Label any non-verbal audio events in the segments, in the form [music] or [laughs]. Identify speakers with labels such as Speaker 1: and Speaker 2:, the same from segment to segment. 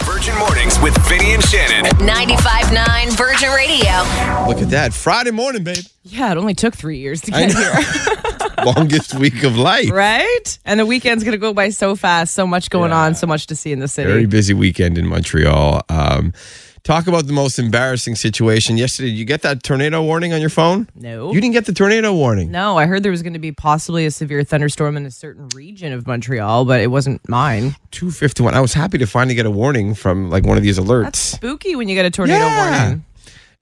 Speaker 1: Virgin Mornings with Vinny and Shannon.
Speaker 2: 95.9 Virgin Radio.
Speaker 3: Look at that. Friday morning,
Speaker 4: [laughs]
Speaker 3: babe.
Speaker 4: Yeah, it only took three years to
Speaker 3: I
Speaker 4: get here,
Speaker 3: know. [laughs] Longest week of life.
Speaker 4: right? And the weekend's gonna go by so fast. So much going on. So much to see in the city.
Speaker 3: Very busy weekend in Montreal. Um, talk about the most embarrassing situation. Yesterday, did you get that tornado warning on your phone?
Speaker 4: No.
Speaker 3: You didn't get the tornado warning.
Speaker 4: no, I heard there was going to be possibly a severe thunderstorm in a certain region of Montreal, but it wasn't mine.
Speaker 3: 251. I was happy to finally get a warning from like one of these alerts.
Speaker 4: That's spooky when you get a tornado warning.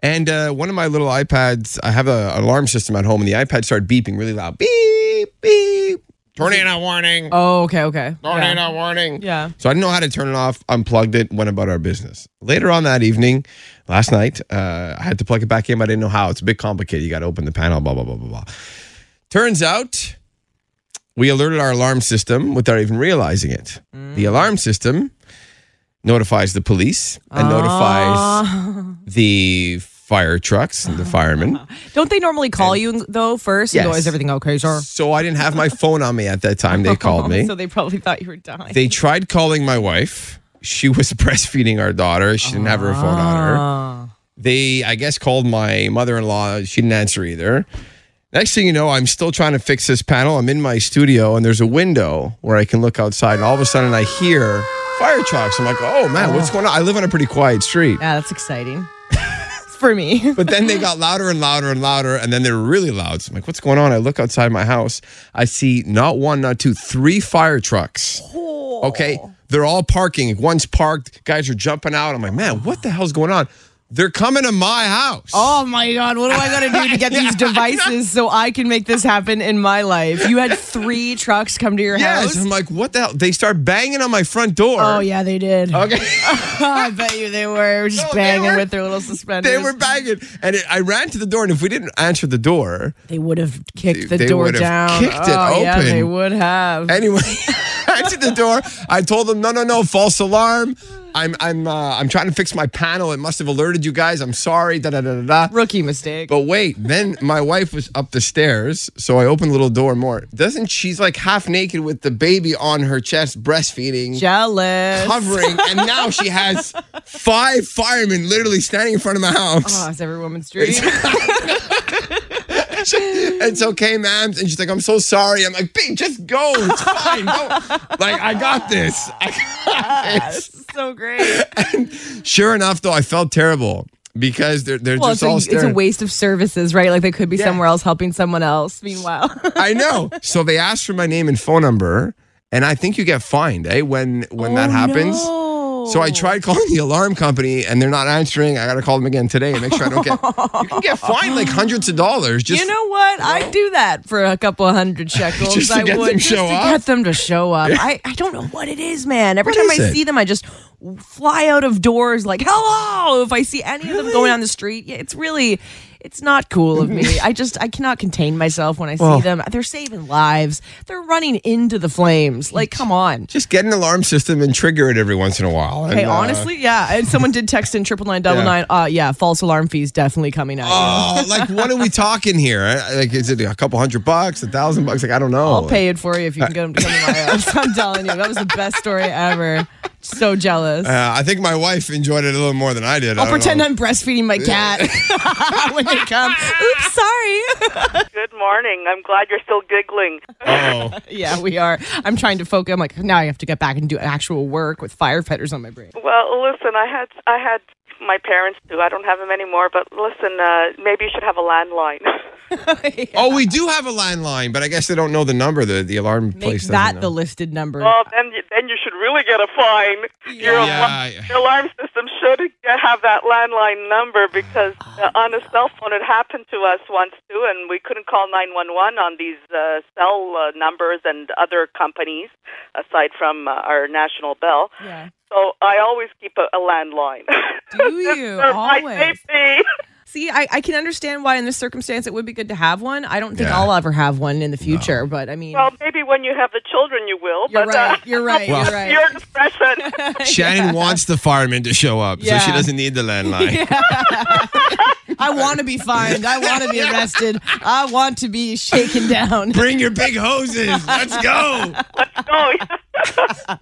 Speaker 3: And uh, one of my little iPads, I have a, an alarm system at home, and the iPad started beeping really loud. Beep, beep. Tornado warning.
Speaker 4: Oh, okay, okay.
Speaker 3: Tornado
Speaker 4: Yeah.
Speaker 3: warning.
Speaker 4: Yeah.
Speaker 3: So I didn't know how to turn it off, unplugged it, went about our business. Later on that evening, last night, uh, I had to plug it back in, but I didn't know how. It's a bit complicated. You got to open the panel, blah, blah, blah, blah, blah. Turns out we alerted our alarm system without even realizing it. The alarm system notifies the police and notifies the fire trucks and the firemen.
Speaker 4: Don't they normally call you though first? and go,
Speaker 3: Yes.
Speaker 4: Is everything okay, sir?
Speaker 3: So I didn't have my phone on me at that time. They called me.
Speaker 4: [laughs] so they probably thought you were dying.
Speaker 3: They tried calling my wife. She was [laughs] breastfeeding our daughter. She didn't have her phone on her. They, I guess, called my mother in law. She didn't answer either. Next thing you know, I'm still trying to fix this panel. I'm in my studio and there's a window where I can look outside. And all of a sudden, I hear fire trucks. I'm like, oh man, what's going on? I live on a pretty quiet street.
Speaker 4: yeah, that's exciting [laughs] for me.
Speaker 3: But then they got louder and louder and louder, and then they were really loud. So I'm like, what's going on? I look outside my house. I see not one, not two, three fire trucks.
Speaker 4: Oh.
Speaker 3: Okay. They're all parking. One's parked. Guys are jumping out. I'm like, man, what the hell's going on? They're coming to my house.
Speaker 4: Oh my God, what do I got to do
Speaker 3: [laughs]
Speaker 4: to get these devices so I can make this happen in my life? You
Speaker 3: [laughs]
Speaker 4: had three trucks come to your
Speaker 3: yes.
Speaker 4: house?
Speaker 3: I'm like, what the hell? They start banging on my front door. [laughs]
Speaker 4: Oh, yeah, they did.
Speaker 3: Okay.
Speaker 4: [laughs] I bet you they were just
Speaker 3: No, they
Speaker 4: banging
Speaker 3: were-
Speaker 4: with their little suspenders.
Speaker 3: they were banging. And it, I ran to the door, and if we didn't answer the door,
Speaker 4: They would have kicked the
Speaker 3: They
Speaker 4: door
Speaker 3: would have
Speaker 4: down.
Speaker 3: kicked it
Speaker 4: oh, Yeah, they
Speaker 3: open.
Speaker 4: would have.
Speaker 3: Anyway, [laughs] answered the door. I told them, no, no, no, false alarm. I'm, I'm, uh, I'm trying to fix my panel. It must have alerted you guys. I'm sorry. Da da da da da.
Speaker 4: Rookie mistake.
Speaker 3: But wait, then my wife was up the stairs, so I opened the little door more. Doesn't she's like half naked with the baby on her chest, breastfeeding,
Speaker 4: [laughs] Jealous.
Speaker 3: covering, and now she has five firemen literally standing in front of my house.
Speaker 4: Oh,
Speaker 3: [laughs]
Speaker 4: it's every woman's dream. [laughs]
Speaker 3: it's okay, ma'am. And she's like, I'm so sorry. I'm like, babe, just go. It's fine. Go. Like, I got this. I got this.
Speaker 4: so
Speaker 3: [laughs]
Speaker 4: great.
Speaker 3: Sure enough, though, I felt terrible because they're they're
Speaker 4: Well,
Speaker 3: just
Speaker 4: it's a,
Speaker 3: all
Speaker 4: it's
Speaker 3: staring.
Speaker 4: a waste of services, right? Like they could be
Speaker 3: Yeah.
Speaker 4: somewhere else helping someone else. Meanwhile, [laughs]
Speaker 3: I know. So they asked for my name and phone number, and I think you get fined, eh? When when
Speaker 4: Oh,
Speaker 3: that happens. So I tried calling the alarm company, and they're not answering. I gotta call them again today and make sure I don't get. you can get fined
Speaker 4: [laughs]
Speaker 3: like hundreds of dollars. Just
Speaker 4: You know what? I'd do that for a couple of hundred
Speaker 3: [laughs]
Speaker 4: shekels.
Speaker 3: Just to
Speaker 4: I
Speaker 3: get
Speaker 4: would
Speaker 3: them
Speaker 4: just
Speaker 3: show
Speaker 4: to
Speaker 3: up?
Speaker 4: get them to show up. I, I don't know what it is, man. Every
Speaker 3: What
Speaker 4: time
Speaker 3: is
Speaker 4: I
Speaker 3: it?
Speaker 4: see them, I just fly out of doors like hello. If I see any of them going down the street, yeah, it's really. It's not cool
Speaker 3: [laughs]
Speaker 4: of me. I just I cannot contain myself when I see
Speaker 3: Well-
Speaker 4: them. They're saving lives. They're running into the flames. Like, come on.
Speaker 3: just get an alarm system and trigger it every once in a while.
Speaker 4: Hey,
Speaker 3: And, uh,
Speaker 4: honestly, yeah. And someone did text in triple nine double nine. Uh, yeah, false alarm fees definitely coming out.
Speaker 3: Oh, like what are we talking here? I- Like, is it a couple hundred bucks, a thousand bucks? Like, I don't know.
Speaker 4: I'll pay it for you if you can get him to come to my house. [laughs] I'm telling you, that was the best story ever. So jealous.
Speaker 3: Uh, I think my wife enjoyed it a little more than I did. I
Speaker 4: I'll
Speaker 3: don't
Speaker 4: pretend
Speaker 3: know.
Speaker 4: I'm breastfeeding my cat [laughs] when they
Speaker 3: [laughs]
Speaker 4: come. Oops, sorry. [laughs]
Speaker 5: Good morning. I'm glad you're still giggling.
Speaker 3: Oh.
Speaker 4: yeah, we are. I'm trying to focus. I'm like, now I have to get back and do actual work with firefighters on my brain. [laughs]
Speaker 5: Well, listen, I had I had my parents do. I don't have them anymore, but listen, uh, maybe you should have a landline.
Speaker 3: Oh, we do have a landline, but I guess they don't know the number. The the alarm
Speaker 4: Make
Speaker 3: place. doesn't
Speaker 4: that
Speaker 3: know.
Speaker 4: the listed number.
Speaker 5: well, then you, then you should really get a fine. Your,
Speaker 3: Yeah.
Speaker 5: alarm,
Speaker 4: [laughs]
Speaker 5: your alarm system should have that landline number because uh, on a cell phone it happened to us once too, and we couldn't call 911 on these uh, cell uh, numbers and other companies aside from uh, our national bell.
Speaker 4: yeah.
Speaker 5: So I always keep a, a landline. [laughs]
Speaker 4: Do
Speaker 3: [laughs]
Speaker 4: you?
Speaker 5: For my
Speaker 4: Always.
Speaker 5: safety.
Speaker 4: See, I, I can understand why in this circumstance it would be good to have one. I don't think
Speaker 3: Yeah.
Speaker 4: I'll ever have one in the future, but I mean,
Speaker 5: [laughs] Well, maybe when you have the children, you will.
Speaker 4: you're,
Speaker 5: but
Speaker 4: right, you're right.
Speaker 3: uh, [laughs] Well-
Speaker 4: You're
Speaker 5: uh, [laughs]
Speaker 4: right.
Speaker 5: your
Speaker 4: [laughs]
Speaker 5: discretion.
Speaker 3: Shannon wants the fireman to show up, so she
Speaker 4: Yeah.
Speaker 3: doesn't need the
Speaker 4: [laughs]
Speaker 3: landline.
Speaker 4: I want to be fined. I want to [laughs] be arrested. I want to be shaken down. [laughs]
Speaker 3: Bring your big hoses. Let's go.
Speaker 5: oh, yeah.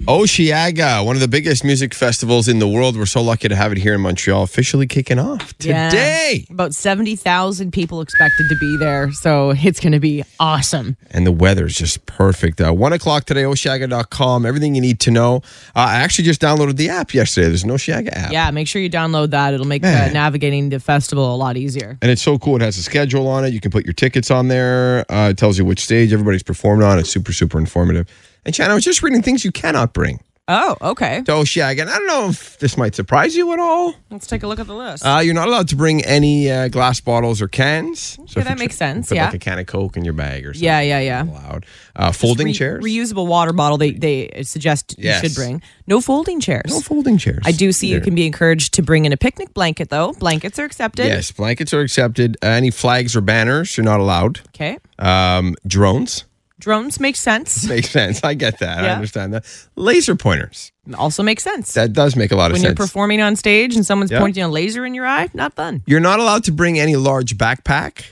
Speaker 3: Oceaga, one of the biggest music festivals in the world. We're so lucky to have it here in Montreal, officially kicking off
Speaker 4: Yeah.
Speaker 3: today.
Speaker 4: About 70,000 people expected to be there. So it's going to be awesome.
Speaker 3: And the weather is just perfect. Uh, one o'clock today, Oceaga.com. Everything you need to know. Uh, I actually just downloaded the app yesterday. There's an Oceaga app.
Speaker 4: Yeah, make sure you download that. It'll make uh,
Speaker 3: Man.
Speaker 4: navigating the festival a lot easier.
Speaker 3: And it's so cool. It has a schedule on it. You can put your tickets on there. Uh, it tells you which stage everybody's performed on. It's super, super informative. And Shannon, I was just reading things you cannot bring
Speaker 4: Oh, okay.
Speaker 3: to Oceaga. And I don't know if this might surprise you at all.
Speaker 4: Let's take a look at the list.
Speaker 3: Uh, you're not allowed to bring any uh, glass bottles or cans. So if
Speaker 4: that
Speaker 3: you
Speaker 4: makes
Speaker 3: tr-
Speaker 4: sense,
Speaker 3: Put
Speaker 4: yeah.
Speaker 3: like a can of Coke in your bag or something.
Speaker 4: yeah, yeah, yeah.
Speaker 3: not Allowed. Uh, folding
Speaker 4: Re-
Speaker 3: chairs.
Speaker 4: Reusable water bottle they, they suggest
Speaker 3: Yes.
Speaker 4: you should bring. No folding chairs.
Speaker 3: no folding chairs.
Speaker 4: I do see you can be encouraged to bring in a picnic blanket, though. Blankets are accepted.
Speaker 3: Yes, blankets are accepted. Uh, any flags or banners, you're not allowed.
Speaker 4: Okay.
Speaker 3: Um, drones. [laughs]
Speaker 4: Drones make sense.
Speaker 3: Makes sense. I get that. I
Speaker 4: Yeah.
Speaker 3: understand that. Laser pointers.
Speaker 4: Also makes sense.
Speaker 3: That does make a lot of
Speaker 4: when you're
Speaker 3: sense.
Speaker 4: performing on stage and someone's
Speaker 3: Yeah.
Speaker 4: pointing a laser in your eye, not fun.
Speaker 3: you're not allowed to bring any large backpack,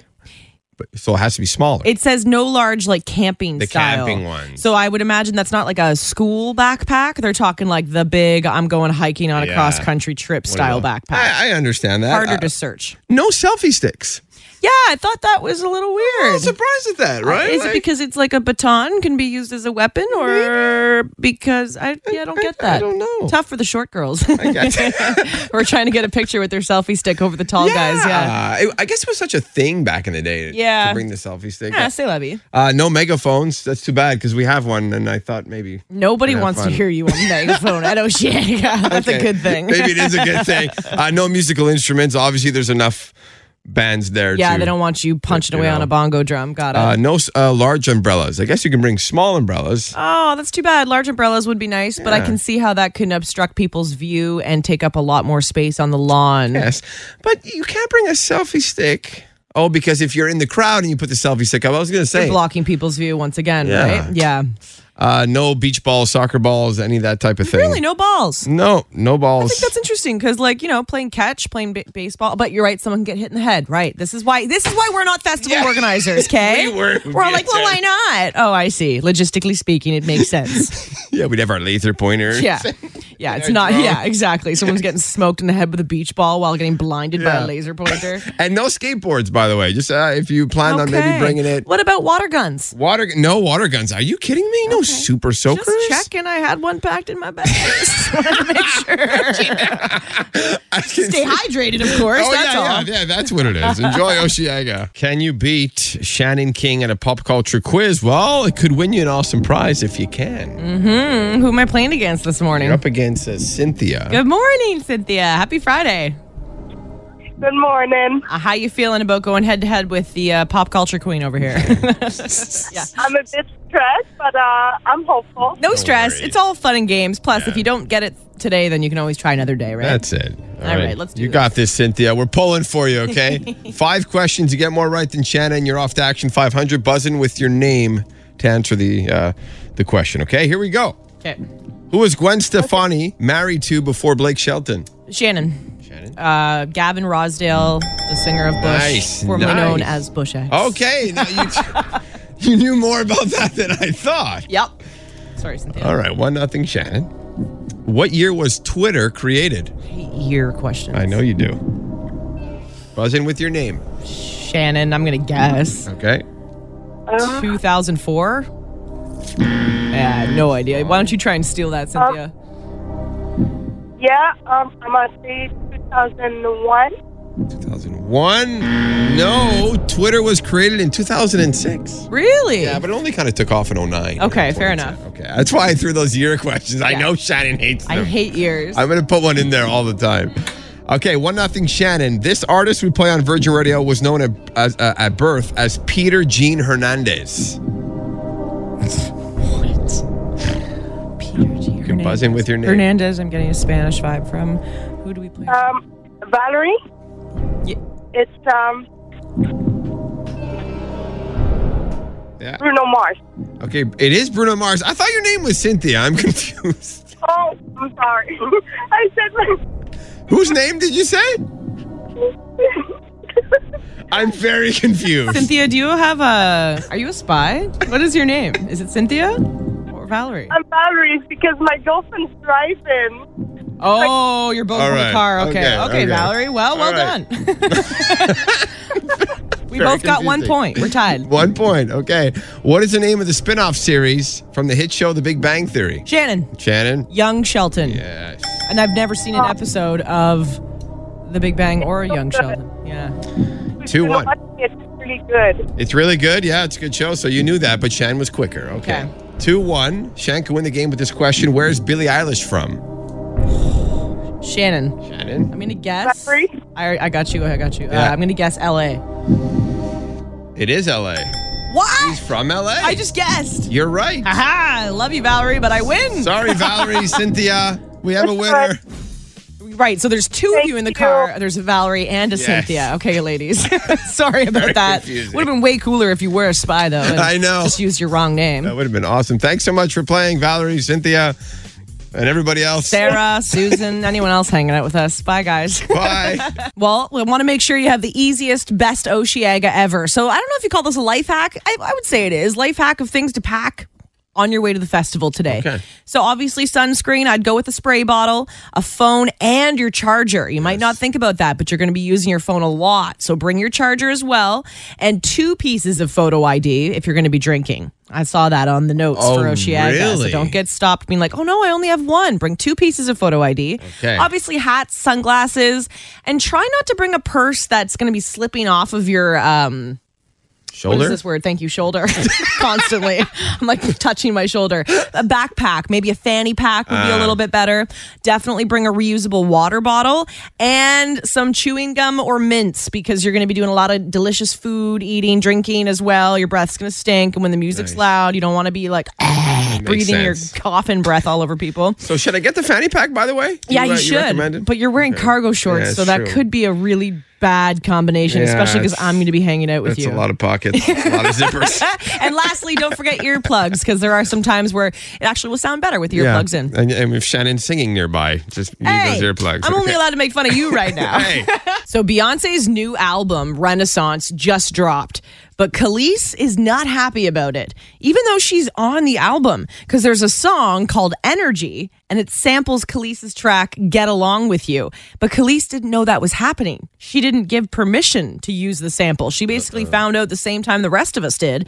Speaker 3: but, so it has to be smaller.
Speaker 4: It says no large like camping
Speaker 3: The
Speaker 4: style.
Speaker 3: camping ones.
Speaker 4: So I would imagine that's not like a school backpack. They're talking like the big I'm going hiking on a
Speaker 3: Yeah.
Speaker 4: cross country trip
Speaker 3: What do you
Speaker 4: style
Speaker 3: want?
Speaker 4: backpack.
Speaker 3: I, I understand that.
Speaker 4: Harder
Speaker 3: Uh,
Speaker 4: to search.
Speaker 3: no selfie sticks.
Speaker 4: Yeah, I thought that was a little
Speaker 3: I'm
Speaker 4: weird.
Speaker 3: surprised at that, right?
Speaker 4: Is it
Speaker 3: Like-
Speaker 4: [laughs] because it's like a baton can be used as a weapon, or because I yeah I don't
Speaker 3: I-
Speaker 4: get
Speaker 3: I
Speaker 4: that.
Speaker 3: don't know.
Speaker 4: Tough for the short girls [laughs]
Speaker 3: guess.
Speaker 4: who are trying to get a picture with their selfie stick over the tall guys.
Speaker 3: [laughs]
Speaker 4: Yeah,
Speaker 3: It- I guess it was such a thing back in the day. to-
Speaker 4: Yeah.
Speaker 3: To bring the selfie stick.
Speaker 4: yeah, say Levy.
Speaker 3: Uh, no megaphones. That's too bad because we have one, and I thought maybe.
Speaker 4: Nobody
Speaker 3: Yeah,
Speaker 4: wants
Speaker 3: fun.
Speaker 4: to hear you on the megaphone at [laughs] Oceanica. That's a
Speaker 3: Okay.
Speaker 4: good
Speaker 3: [laughs]
Speaker 4: thing.
Speaker 3: maybe it is a good thing. Uh, no musical instruments. Obviously, there's enough bands there.
Speaker 4: [laughs] yeah,
Speaker 3: to-
Speaker 4: they don't want you punching
Speaker 3: you
Speaker 4: away on
Speaker 3: know.
Speaker 4: a bongo drum. Got it.
Speaker 3: Uh, no s- uh, large umbrellas. I guess you can bring small umbrellas.
Speaker 4: Oh, that's too bad. Large umbrellas would be nice, but I can see how that can obstruct people's view and take up a lot more space on the lawn.
Speaker 3: Yes, but you can't bring a selfie stick. Oh, because if you're in the crowd and you put the selfie stick up, I was going to
Speaker 4: You're
Speaker 3: say
Speaker 4: blocking people's view once again,
Speaker 3: Yeah.
Speaker 4: right? Yeah.
Speaker 3: uh, no beach balls, soccer balls, any of that type of thing.
Speaker 4: Really, no balls.
Speaker 3: No, no balls.
Speaker 4: I think that's interesting because, like, you know, playing catch, playing b- baseball. But you're right, someone can get hit in the head. Right. This is why. This is why we're not festival
Speaker 3: Yeah. [laughs]
Speaker 4: organizers. Okay.
Speaker 3: We were-
Speaker 4: We're all like, well, why not? Oh, I see. Logistically speaking, it makes sense.
Speaker 3: yeah, we'd have our laser pointers.
Speaker 4: yeah.
Speaker 3: [laughs]
Speaker 4: Yeah. It's not. Yeah. Exactly. Someone's getting smoked in the head with a beach ball while getting blinded by
Speaker 3: Yeah.
Speaker 4: a
Speaker 3: [laughs]
Speaker 4: laser pointer.
Speaker 3: And no skateboards, by the way. Just uh, if you planned on maybe
Speaker 4: Okay.
Speaker 3: bringing it.
Speaker 4: What about water guns?
Speaker 3: Water, no water guns. Are you kidding me? No super soakers.
Speaker 4: Just checking. I had one packed in my bag. [laughs] Just wanted to make sure.
Speaker 3: [laughs] I can
Speaker 4: [laughs] Stay
Speaker 3: see-
Speaker 4: hydrated, of course.
Speaker 3: Oh
Speaker 4: that's
Speaker 3: yeah,
Speaker 4: all.
Speaker 3: yeah, yeah. That's what it is. Enjoy
Speaker 4: [laughs]
Speaker 3: Oceaga. Can you beat Shannon King at a pop culture quiz? Well, it could win you an awesome prize if you can.
Speaker 4: Who am I playing against this morning?
Speaker 3: You're up against uh, Cynthia.
Speaker 4: Good morning, Cynthia. Happy Friday.
Speaker 5: Good morning.
Speaker 4: Uh, how you feeling about going head to head with the uh, pop culture queen
Speaker 3: [laughs]
Speaker 4: over here? yeah.
Speaker 5: I'm a bit stressed, but uh, I'm hopeful.
Speaker 4: No stress.
Speaker 3: worry.
Speaker 4: It's all fun and games. Plus, if you don't get it today, then you can always try another day, right?
Speaker 3: That's it.
Speaker 4: All right, let's do
Speaker 3: You
Speaker 4: this.
Speaker 3: got this, Cynthia. We're pulling for you, okay?
Speaker 4: [laughs]
Speaker 3: Five questions. You get more right than Shannon. You're off to Action 500. Buzzing with your name to answer the uh, the question, okay? Here we go.
Speaker 4: okay.
Speaker 3: Who was Gwen Stefani married to before Blake Shelton?
Speaker 4: Shannon,
Speaker 3: Shannon.
Speaker 4: uh, Gavin Rosdale, the singer of Bush,
Speaker 3: Nice,
Speaker 4: formerly
Speaker 3: nice. Oh,
Speaker 4: known as Bush X. [laughs]
Speaker 3: okay. Now you, [laughs] you knew more about that than I thought.
Speaker 4: Yep. Sorry, Cynthia.
Speaker 3: All right. One nothing, Shannon. What year was Twitter created?
Speaker 4: Hate Your question.
Speaker 3: I know you do. Buzzing with your name,
Speaker 4: Shannon, I'm going to guess.
Speaker 3: okay?
Speaker 4: 2004? Yeah, no idea. Why don't you try and steal that, Cynthia?
Speaker 5: Yeah, um, I'm on stage 2001.
Speaker 3: 2001. No, Twitter was created in 2006.
Speaker 4: Really?
Speaker 3: Yeah, but it only kind of took off in 09.
Speaker 4: Okay, fair
Speaker 3: 2010.
Speaker 4: enough.
Speaker 3: Okay, that's why I threw those year questions. I know Shannon hates them.
Speaker 4: I hate yours.
Speaker 3: I'm going to put one in there all the time. Okay, one nothing Shannon. This artist we play on Virgin Radio was known at, as, uh, at birth as Peter Gene Hernandez.
Speaker 4: Peter G. You
Speaker 3: can buzz in with your name.
Speaker 4: Hernandez, I'm getting a Spanish vibe from. Who do we play?
Speaker 5: Um, Valerie,
Speaker 4: Ye-
Speaker 5: it's um,
Speaker 3: Yeah.
Speaker 5: Bruno Mars.
Speaker 3: Okay, it is Bruno Mars. I thought your name was Cynthia. I'm [laughs] confused.
Speaker 5: Oh, I'm sorry. [laughs] I said
Speaker 3: Whose name did you say? I'm very confused.
Speaker 4: Cynthia, do you have a. Are you a spy? What is your name? Is it Cynthia? Or Valerie?
Speaker 6: I'm Valerie because my girlfriend's driving.
Speaker 4: Oh, you're both
Speaker 3: All
Speaker 4: in the
Speaker 3: right.
Speaker 4: car. Okay.
Speaker 3: Okay,
Speaker 4: Okay,
Speaker 3: okay.
Speaker 4: Valerie. Well,
Speaker 3: All
Speaker 4: well
Speaker 3: right. [laughs]
Speaker 4: done. we both got one
Speaker 3: confusing.
Speaker 4: point. We're tied.
Speaker 3: One point. Okay. What is the name of the spin off series from the hit show The Big Bang Theory?
Speaker 4: Shannon,
Speaker 3: Shannon?
Speaker 4: Young Shelton.
Speaker 3: Yes.
Speaker 4: And I've never seen an episode of The Big Bang or Young Sheldon. Yeah.
Speaker 6: We've
Speaker 3: Two,
Speaker 6: been
Speaker 3: one.
Speaker 6: watching it. It's really good.
Speaker 3: It's really good. Yeah, it's a good show. So you knew that, but Shan was quicker. Okay.
Speaker 4: Okay.
Speaker 3: 2 1. Shan can win the game with this question. Where is Billie Eilish from?
Speaker 4: Shannon,
Speaker 3: Shannon?
Speaker 4: I'm going to guess.
Speaker 6: Valerie?
Speaker 4: I, I got you. I got you.
Speaker 3: Yeah.
Speaker 4: Uh, I'm going to guess LA.
Speaker 3: It is LA.
Speaker 4: What?
Speaker 3: She's from LA.
Speaker 4: I just guessed.
Speaker 3: You're right.
Speaker 4: Aha! I love you, Valerie, but I win.
Speaker 3: Sorry,
Speaker 4: [laughs]
Speaker 3: Valerie, Cynthia. We have a winner.
Speaker 4: Right. So there's two of
Speaker 6: Thank
Speaker 4: you in the
Speaker 6: you.
Speaker 4: car. There's a Valerie and a
Speaker 3: Yes.
Speaker 4: Cynthia. Okay, ladies. [laughs] Sorry about
Speaker 3: Very
Speaker 4: that.
Speaker 3: confusing.
Speaker 4: Would have been way cooler if you were a spy, though. and
Speaker 3: [laughs] I know.
Speaker 4: Just used your wrong
Speaker 3: That
Speaker 4: name.
Speaker 3: would have been awesome. Thanks so much for playing, Valerie, Cynthia, and everybody else.
Speaker 4: Sarah, Susan, anyone else hanging out with us? Bye, guys. [laughs]
Speaker 3: Bye.
Speaker 4: Well, we want to make sure you have the easiest, best Oceaga ever. So I don't know if you call this a life hack. I, I would say it is life hack of things to pack on your way to the festival today.
Speaker 3: Okay.
Speaker 4: So obviously sunscreen. I'd go with a spray bottle, a phone, and your charger. You might not think about that, but you're going to be using your phone a lot. So bring your charger as well, and two pieces of photo ID if you're going to be drinking. I saw that on the notes
Speaker 3: Oh,
Speaker 4: for Oceaga.
Speaker 3: really?
Speaker 4: So don't get stopped being like, oh no, I only have one. Bring two pieces of photo ID.
Speaker 3: Okay.
Speaker 4: Obviously, hats, sunglasses, and try not to bring a purse that's going to be slipping off of your. Um, what is
Speaker 3: Shoulder?
Speaker 4: this word? Thank you, shoulder. [laughs] Constantly, I'm like touching my shoulder. A backpack, maybe a fanny pack would be
Speaker 3: Ah.
Speaker 4: a little bit better. Definitely bring a reusable water bottle and some chewing gum or mints because you're going to be doing a lot of delicious food, eating, drinking as well. Your breath's going to stink, and when the music's
Speaker 3: Nice.
Speaker 4: loud, you don't want to be like [laughs] breathing
Speaker 3: sense.
Speaker 4: your coffin breath all over people.
Speaker 3: [laughs] So should I get the fanny pack, by the way?
Speaker 4: Yeah, you,
Speaker 3: uh,
Speaker 4: should.
Speaker 3: recommend it?
Speaker 4: but you're wearing cargo shorts,
Speaker 3: Yeah,
Speaker 4: so
Speaker 3: it's
Speaker 4: that
Speaker 3: true.
Speaker 4: could be a really bad combination,
Speaker 3: Yeah,
Speaker 4: especially because
Speaker 3: it's-
Speaker 4: I'm going to be hanging out with
Speaker 3: That's
Speaker 4: you.
Speaker 3: a lot of pockets, a lot of
Speaker 4: [laughs]
Speaker 3: zippers.
Speaker 4: and lastly, don't forget earplugs because there are some times where it actually will sound better with earplugs in.
Speaker 3: And, and with Shannon singing nearby, just need
Speaker 4: Hey,
Speaker 3: those earplugs.
Speaker 4: I'm only
Speaker 3: Okay.
Speaker 4: allowed to make fun of you
Speaker 3: [laughs]
Speaker 4: right [laughs] now.
Speaker 3: Hey,
Speaker 4: So Beyonce's new album, Renaissance, just dropped, but Khalees is not happy about it, even though she's on the album, because there's a song called Energy and it samples Khalees's track Get Along With You. But Khalees didn't know that was happening. She didn't give permission to use the sample. She basically found out the same time the rest of us did.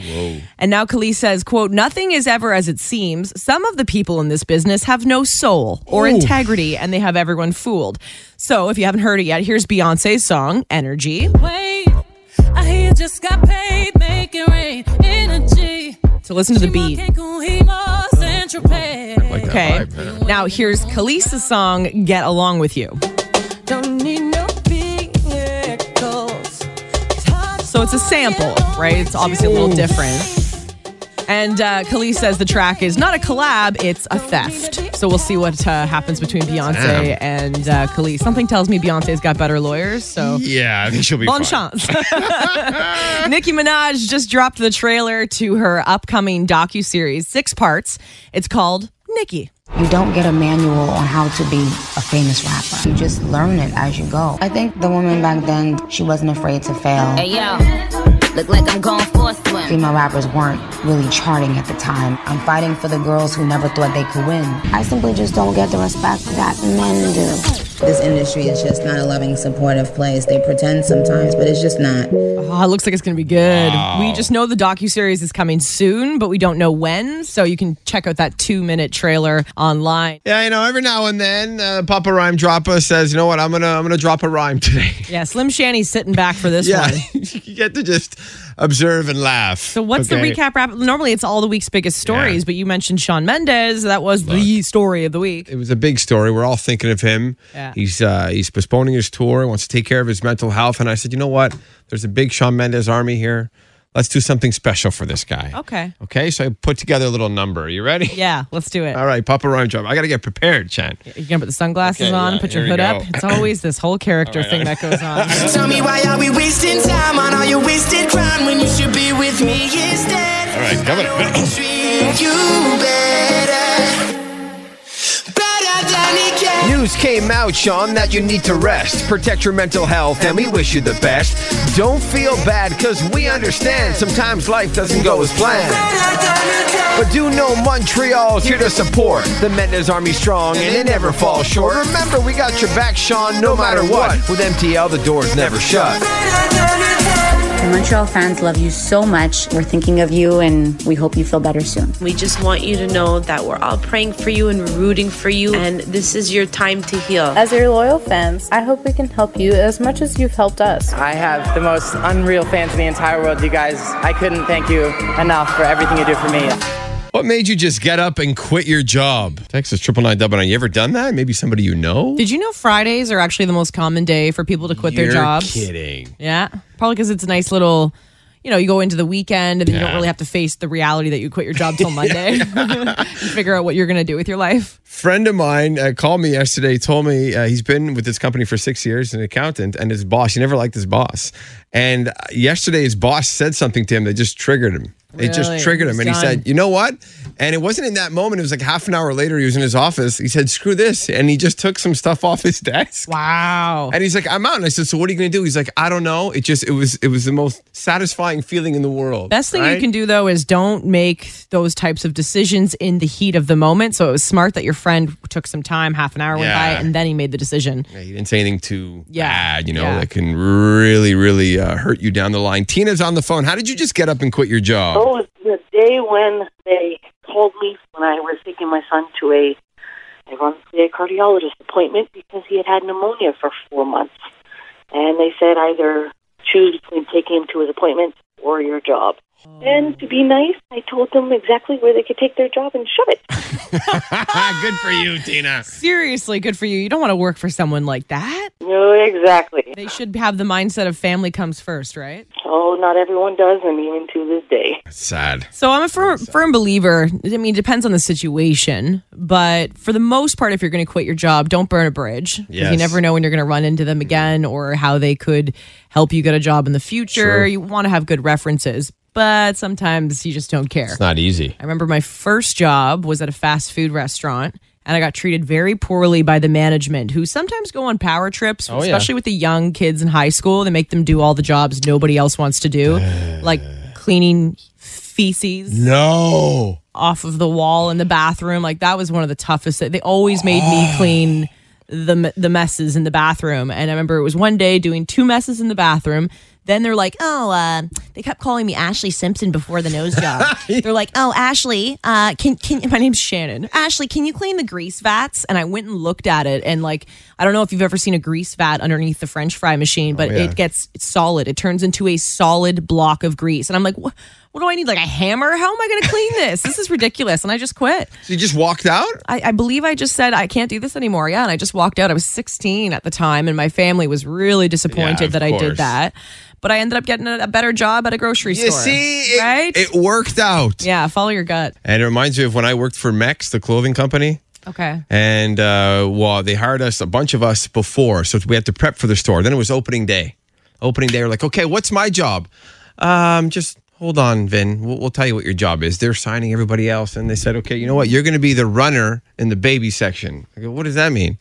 Speaker 4: And now Khalees says, quote, nothing is ever as it seems. Some of the people in this business have no soul or integrity and they have everyone fooled. So if you haven't heard it yet, here's Beyonce's song, Energy.
Speaker 7: Wait, I hear you just got paid, make it rain. Energy.
Speaker 4: So listen to the beat.
Speaker 3: like that
Speaker 4: Okay.
Speaker 3: vibe, huh?
Speaker 4: Now here's Khalees's song, Get Along With You.
Speaker 7: Don't need no big miracles.
Speaker 4: So it's a sample, right? It's obviously a little different. And uh, Khalees says the track is not a collab, it's a theft. So we'll see what uh, happens between Beyonce
Speaker 3: Damn.
Speaker 4: and uh, Khalees. Something tells me Beyonce's got better lawyers, so.
Speaker 3: Yeah, I think she'll be
Speaker 4: Bon
Speaker 3: fine.
Speaker 4: chance. Nicki Minaj just dropped the trailer to her upcoming docu-series, six parts. It's called Nicki.
Speaker 8: You don't get a manual on how to be a famous rapper. You just learn it as you go. I think the woman back then, she wasn't afraid to fail.
Speaker 9: Hey yo, look like I'm going for a swim.
Speaker 8: Female rappers weren't really charting at the time. I'm fighting for the girls who never thought they could win. I simply just don't get the respect that men do. This industry is just not a loving, supportive place. They pretend sometimes, but it's just not.
Speaker 4: Oh, it looks like it's going to be good. We just know the docu-series is coming soon, but we don't know when. So you can check out that two-minute trailer
Speaker 3: [laughs]
Speaker 4: online.
Speaker 3: Yeah, you know, every now and then, uh, Papa Rhyme Dropper says, "You know what? I'm gonna, I'm gonna drop a rhyme today."
Speaker 4: Yeah, Slim Shanny's sitting back for this
Speaker 3: [laughs] yeah,
Speaker 4: one.
Speaker 3: [laughs] you get to just observe and laugh.
Speaker 4: So what's
Speaker 3: Okay.
Speaker 4: the recap wrap? Normally it's all the week's biggest stories,
Speaker 3: Yeah.
Speaker 4: but you mentioned Sean Mendez. That was the story of the week.
Speaker 3: it was a big story. We're all thinking of him.
Speaker 4: Yeah.
Speaker 3: He's uh, he's postponing his tour. He wants to take care of his mental health. And I said, you know what? There's a big Shawn Mendes army here. Let's do something special for this guy.
Speaker 4: Okay.
Speaker 3: Okay. So I put together a little number. You ready?
Speaker 4: Yeah, let's do it.
Speaker 3: All right, Papa Rhyme Job. I got to get prepared, Chan.
Speaker 4: You're gonna put the sunglasses
Speaker 3: Okay,
Speaker 4: on,
Speaker 3: yeah,
Speaker 4: put your
Speaker 3: here we
Speaker 4: hood up.
Speaker 3: go.
Speaker 4: It's always this whole character thing that
Speaker 3: [laughs]
Speaker 4: goes on.
Speaker 10: Tell me why are we wasting time on all your wasted crime when you should be with me instead?
Speaker 3: All right, coming up.
Speaker 10: I can treat you better, better than he can.
Speaker 11: news came out, Sean, that you need to rest. Protect your mental health, and we wish you the best. Don't feel bad, because we understand sometimes life doesn't go as planned. But do know Montreal's here to support. The Mendez Army strong, and it never falls short. Remember, we got your back, Sean, no matter what. With MTL, the door's never shut.
Speaker 7: The Montreal fans love you so much. We're thinking of you and we hope you feel better soon.
Speaker 12: We just want you to know that we're all praying for you and rooting for you, and this is your time to heal.
Speaker 13: As your loyal fans, I hope we can help you as much as you've helped us.
Speaker 8: I have the most unreal fans in the entire world, you guys. I couldn't thank you enough for everything you do for me.
Speaker 3: [clears throat] What made you just get up and quit your job? Texas triple nine double nine. You ever done that? Maybe somebody you know.
Speaker 4: Did you know Fridays are actually the most common day for people to quit
Speaker 3: You're
Speaker 4: their jobs?
Speaker 3: kidding.
Speaker 4: Yeah, probably because it's a nice little, you know, you go into the weekend and then you
Speaker 3: Yeah.
Speaker 4: don't really have to face the reality that you quit your job
Speaker 3: [laughs]
Speaker 4: till Monday. [laughs] You figure out what you're gonna do with your life.
Speaker 3: Friend of mine uh, called me yesterday, told me uh, he's been with this company for six years, an accountant, and his boss. He never liked his boss. And uh, yesterday, his boss said something to him that just triggered him. It
Speaker 14: Really?
Speaker 3: just triggered him.
Speaker 14: He's
Speaker 3: and he
Speaker 14: done.
Speaker 3: said, You know what? And it wasn't in that moment. It was like half an hour later, he was in his office. He said, Screw this. And he just took some stuff off his [laughs] desk.
Speaker 4: Wow.
Speaker 3: And he's like, I'm out. And I said, So what are you going to do? He's like, I don't know. It just, it was, it was the most satisfying feeling in the world.
Speaker 4: Best thing
Speaker 3: right?
Speaker 4: you can do though is don't make those types of decisions in the heat of the moment. So it was smart that your friend took some time, half an hour went
Speaker 3: Yeah.
Speaker 4: by, and then he made the decision.
Speaker 3: Yeah, you didn't say anything too
Speaker 4: Yeah.
Speaker 3: bad, you know,
Speaker 4: Yeah.
Speaker 3: that can really, really uh, hurt you down the line. Tina's on the phone. How did you just get up and quit your job?
Speaker 15: Oh, it was the day when they told me when I was taking my son to a, ironically, a cardiologist appointment because he had had pneumonia for four months. And they said either choose between taking him to his appointment or your job. And to be nice, I told them exactly where they could take their job and shove it. [laughs]
Speaker 3: [laughs] Good for you, Tina.
Speaker 4: Seriously, good for you. You don't want to work for someone like that.
Speaker 15: No, exactly.
Speaker 4: They should have the mindset of family comes first, right?
Speaker 15: Oh, not everyone does, and even to this day.
Speaker 3: Sad.
Speaker 4: So I'm a firm, firm believer. I mean, it depends on the situation, but for the most part, if you're going to quit your job, don't burn a bridge 'Cause
Speaker 16: Yes.
Speaker 4: you never know when you're going to run into them again or how they could help you get a job in the future.
Speaker 3: Sure.
Speaker 4: You want to have good references, but sometimes you just don't care.
Speaker 3: It's not easy.
Speaker 4: I remember my first job was at a fast food restaurant. And I got treated very poorly by the management, who sometimes go on power trips,
Speaker 16: Oh, yeah.
Speaker 4: especially with the young kids in high school. They make them do all the jobs nobody else wants to do, like cleaning feces
Speaker 3: No.
Speaker 4: off of the wall in the bathroom. Like that was one of the toughest. They always made
Speaker 16: Oh.
Speaker 4: me clean the the messes in the bathroom. And I remember it was one day doing two messes in the bathroom. Then they're like, oh, uh, they kept calling me Ashley Simpson before the
Speaker 16: [laughs]
Speaker 4: nose job. they're like, oh, Ashley, uh, can can my name's Shannon. Ashley, can you clean the grease vats? And I went and looked at it, and like, I don't know if you've ever seen a grease vat underneath the French fry machine, but
Speaker 16: Oh, yeah.
Speaker 4: it gets it's solid. It turns into a solid block of grease, and I'm like, what? What do I need? Like a hammer? How am I going to clean this? This is ridiculous. And I just quit.
Speaker 3: So you just walked out?
Speaker 4: I, I believe I just said I can't do this anymore. Yeah, and I just walked out. I was 16 at the time, and my family was really disappointed
Speaker 3: Yeah, of
Speaker 4: that I
Speaker 3: course.
Speaker 4: did that. But I ended up getting a, a better job at a grocery
Speaker 3: You
Speaker 4: store.
Speaker 3: see,
Speaker 4: right?
Speaker 3: It worked out.
Speaker 4: yeah, follow your gut.
Speaker 3: And it reminds me of when I worked for Mex, the clothing company.
Speaker 4: Okay.
Speaker 3: And uh, well, they hired us, a bunch of us before. So we had to prep for the store. Then it was opening day. Opening day, we're like, okay, what's my job? Um, just hold on, Vin. We'll, we'll tell you what your job is. They're signing everybody else. And they said, okay, you know what? You're going to be the runner in the baby section. I go, what does that mean?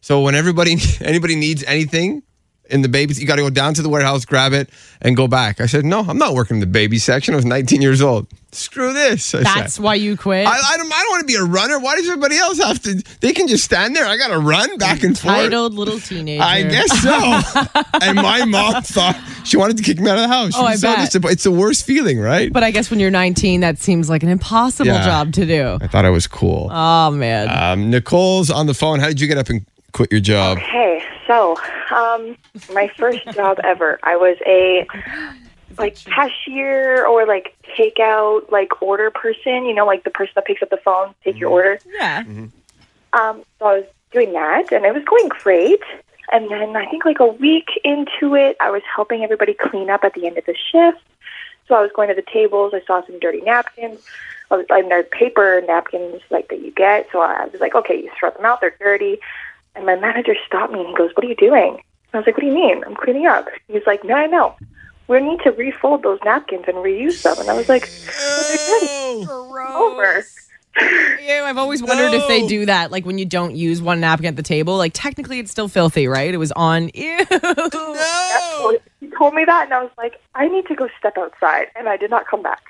Speaker 3: So when everybody, [laughs] anybody needs anything, in the babies, you got to go down to the warehouse, grab it, and go back. I said, No, I'm not working in the baby section. I was 19 years old. Screw this. I said.
Speaker 4: That's why you quit.
Speaker 3: I, I don't, I don't want to be a runner. Why does everybody else have to? They can just stand there. I got to run back and forth.
Speaker 4: Titled little teenager.
Speaker 3: I guess
Speaker 4: [laughs]
Speaker 3: so. and my mom thought she wanted to kick me out of the house. She
Speaker 4: Oh,
Speaker 3: was
Speaker 4: I
Speaker 3: so
Speaker 4: bet.
Speaker 3: disappointed. It's the worst feeling, right?
Speaker 4: But I guess when you're 19, that seems like an impossible
Speaker 3: Yeah.
Speaker 4: job to do.
Speaker 3: I thought I was cool.
Speaker 4: Oh man.
Speaker 3: Um, Nicole's on the phone. How did you get up and quit your job?
Speaker 5: Okay, so um, my first job ever, I was a like cashier or like takeout like order person. You know, like the person that picks up the phone, take your order.
Speaker 4: Yeah.
Speaker 5: Um, so I was doing that, and it was going great. And then I think like a week into it, I was helping everybody clean up at the end of the shift. So I was going to the tables. I saw some dirty napkins. I was, and they're paper napkins like that you get. So I was like, okay, you throw them out. They're dirty. And my manager stopped me and he goes, "What are you doing?" I was like, "What do you mean? I'm cleaning up." He's like, "No, I know. We need to refold those napkins and reuse them." And I was like, "They're dirty. Over."
Speaker 4: Ew, I've always wondered if they do that, like when you don't use one napkin at the table. Like technically, it's still filthy, right? It was on. Ew.
Speaker 17: No. He told me that, and I was like, I need to go step outside, and I did not come back.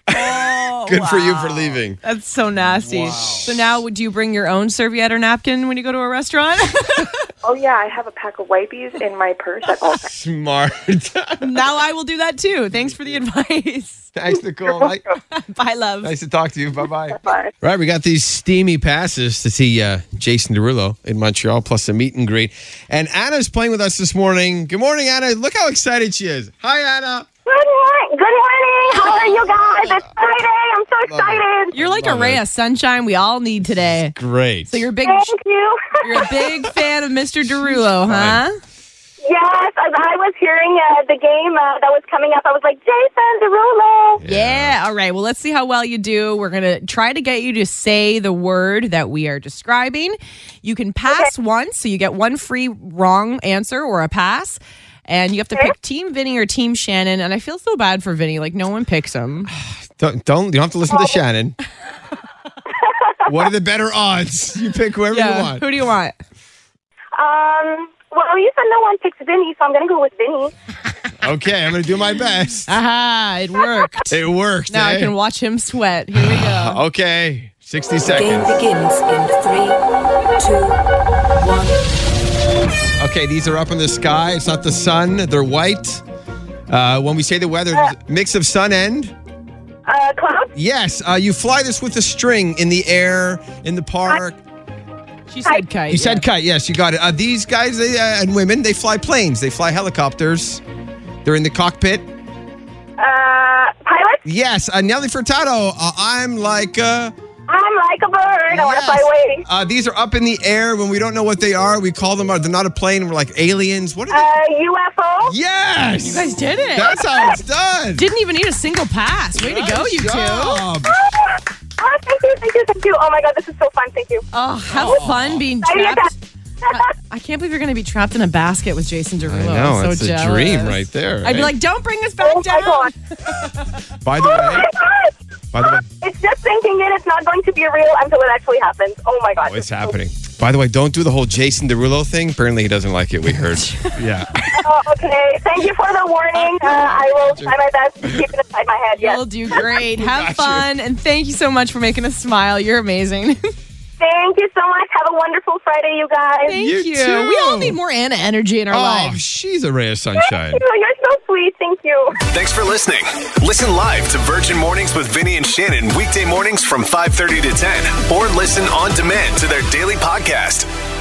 Speaker 3: Good for you for leaving.
Speaker 4: [laughs] That's so nasty. So now, would you bring your own serviette or napkin when you go to a restaurant? [laughs]
Speaker 17: oh yeah, I have a pack of wipes in my purse at all times.
Speaker 3: Smart. [laughs]
Speaker 4: now I will do that too. Thanks for the advice. [laughs]
Speaker 3: Thanks, Nicole. Ni-
Speaker 4: Bye, love.
Speaker 3: Nice to talk to you. Bye
Speaker 4: [laughs]
Speaker 3: bye. Bye. Right, we got these steamy passes to see uh, Jason Derulo in Montreal, plus a meet and greet. And Anna's playing with us this morning. Good morning, Anna. Look how excited she is. Hi, Anna.
Speaker 11: Good morning. Good morning. How are you guys? It's Friday. I'm so
Speaker 3: Oh,
Speaker 11: excited.
Speaker 4: You're like a ray of sunshine we all need today.
Speaker 3: Great.
Speaker 4: So you're a big.
Speaker 11: Thank you. [laughs]
Speaker 4: You're a big fan of Mr. Derulo, huh?
Speaker 11: Yes, as I was hearing uh, the game uh, that was coming up, I was like, Jason Derulo.
Speaker 4: Yeah. All right. Well, let's see how well you do. We're going to try to get you to say the word that we are describing. You can pass once, so you get one free wrong answer or a pass. And you have to pick Team Vinny or Team Shannon. And I feel so bad for Vinny. Like, no one
Speaker 3: [sighs]
Speaker 4: picks him.
Speaker 3: Don't, don't you don't have to
Speaker 4: Oh.
Speaker 3: listen to
Speaker 4: [laughs]
Speaker 3: Shannon. what are the better odds? You pick whoever
Speaker 4: Yeah.
Speaker 3: you want.
Speaker 4: Who do you want?
Speaker 11: Um, well, you said no one picks Vinny, so I'm going to go with Vinny.
Speaker 3: Okay, I'm gonna do my best.
Speaker 4: Aha,
Speaker 3: [laughs]
Speaker 4: it worked.
Speaker 3: It worked.
Speaker 4: now I
Speaker 3: eh?
Speaker 4: can watch him sweat. Here we go.
Speaker 3: Okay, 60 seconds.
Speaker 10: begins in three, two, one.
Speaker 3: Okay, these are up in the sky. It's not the sun. They're white. Uh, when we say the weather, there's a mix of sun and
Speaker 11: Uh, Cloud?
Speaker 3: yes. Uh, you fly this with a string in the air, in the park.
Speaker 4: She said kite.
Speaker 3: you said kite. Yes, you got it. Uh, these guys they, uh, and women, they fly planes. They fly helicopters. They're in the cockpit.
Speaker 11: Uh, Pilot?
Speaker 3: Yes, uh, Nelly Furtado. Uh, I'm like. Uh,
Speaker 11: I'm like a bird. I want
Speaker 3: Yes.
Speaker 11: to fly away.
Speaker 3: Uh, these are up in the air when we don't know what they are. We call them, uh, they're not a plane. We're like aliens. What are they?
Speaker 11: Uh, UFO?
Speaker 3: yes!
Speaker 4: You guys did it.
Speaker 3: That's how it's done.
Speaker 4: Didn't even need a single pass. Way to go,
Speaker 3: Nice
Speaker 4: you two.
Speaker 3: job.
Speaker 11: Oh, oh, thank you, thank you, thank you. Oh my God, this is so fun. Thank you.
Speaker 4: Oh, have fun being
Speaker 11: I did
Speaker 4: trapped. I, I can't believe you're going to be trapped in a basket with Jason Derulo.
Speaker 3: I
Speaker 4: I'm
Speaker 3: know.
Speaker 4: so
Speaker 3: it's a
Speaker 4: jealous.
Speaker 3: dream right there.
Speaker 4: I'd be
Speaker 3: eh?
Speaker 4: like, don't bring us
Speaker 5: Oh
Speaker 4: back down.
Speaker 3: by the
Speaker 11: Oh
Speaker 3: way,
Speaker 11: my God.
Speaker 3: by the way,
Speaker 11: [laughs] It's just thinking it. It's not going to be real until it actually happens. Oh my God.
Speaker 3: oh, it's happening. By the way, don't do the whole Jason Derulo thing. Apparently, he doesn't like it. We
Speaker 4: [laughs]
Speaker 3: heard. yeah.
Speaker 11: Oh, okay. Thank you for the warning. Uh, I will try my best to keep it inside my head. Yes.
Speaker 4: You'll do
Speaker 3: [laughs]
Speaker 4: great. Have fun. And thank you so much for making us smile. You're amazing. [laughs]
Speaker 11: Thank you so much. Have a wonderful Friday, you guys.
Speaker 4: thank
Speaker 3: You
Speaker 4: you.
Speaker 3: too.
Speaker 4: We all need more Anna energy in our
Speaker 3: Oh,
Speaker 4: lives.
Speaker 3: she's a ray of sunshine.
Speaker 11: you. You're so sweet. Thank you.
Speaker 1: Thanks for listening. Listen live to Virgin Mornings with Vinny and Shannon weekday mornings from 5:30 to 10 or listen on demand to their daily podcast.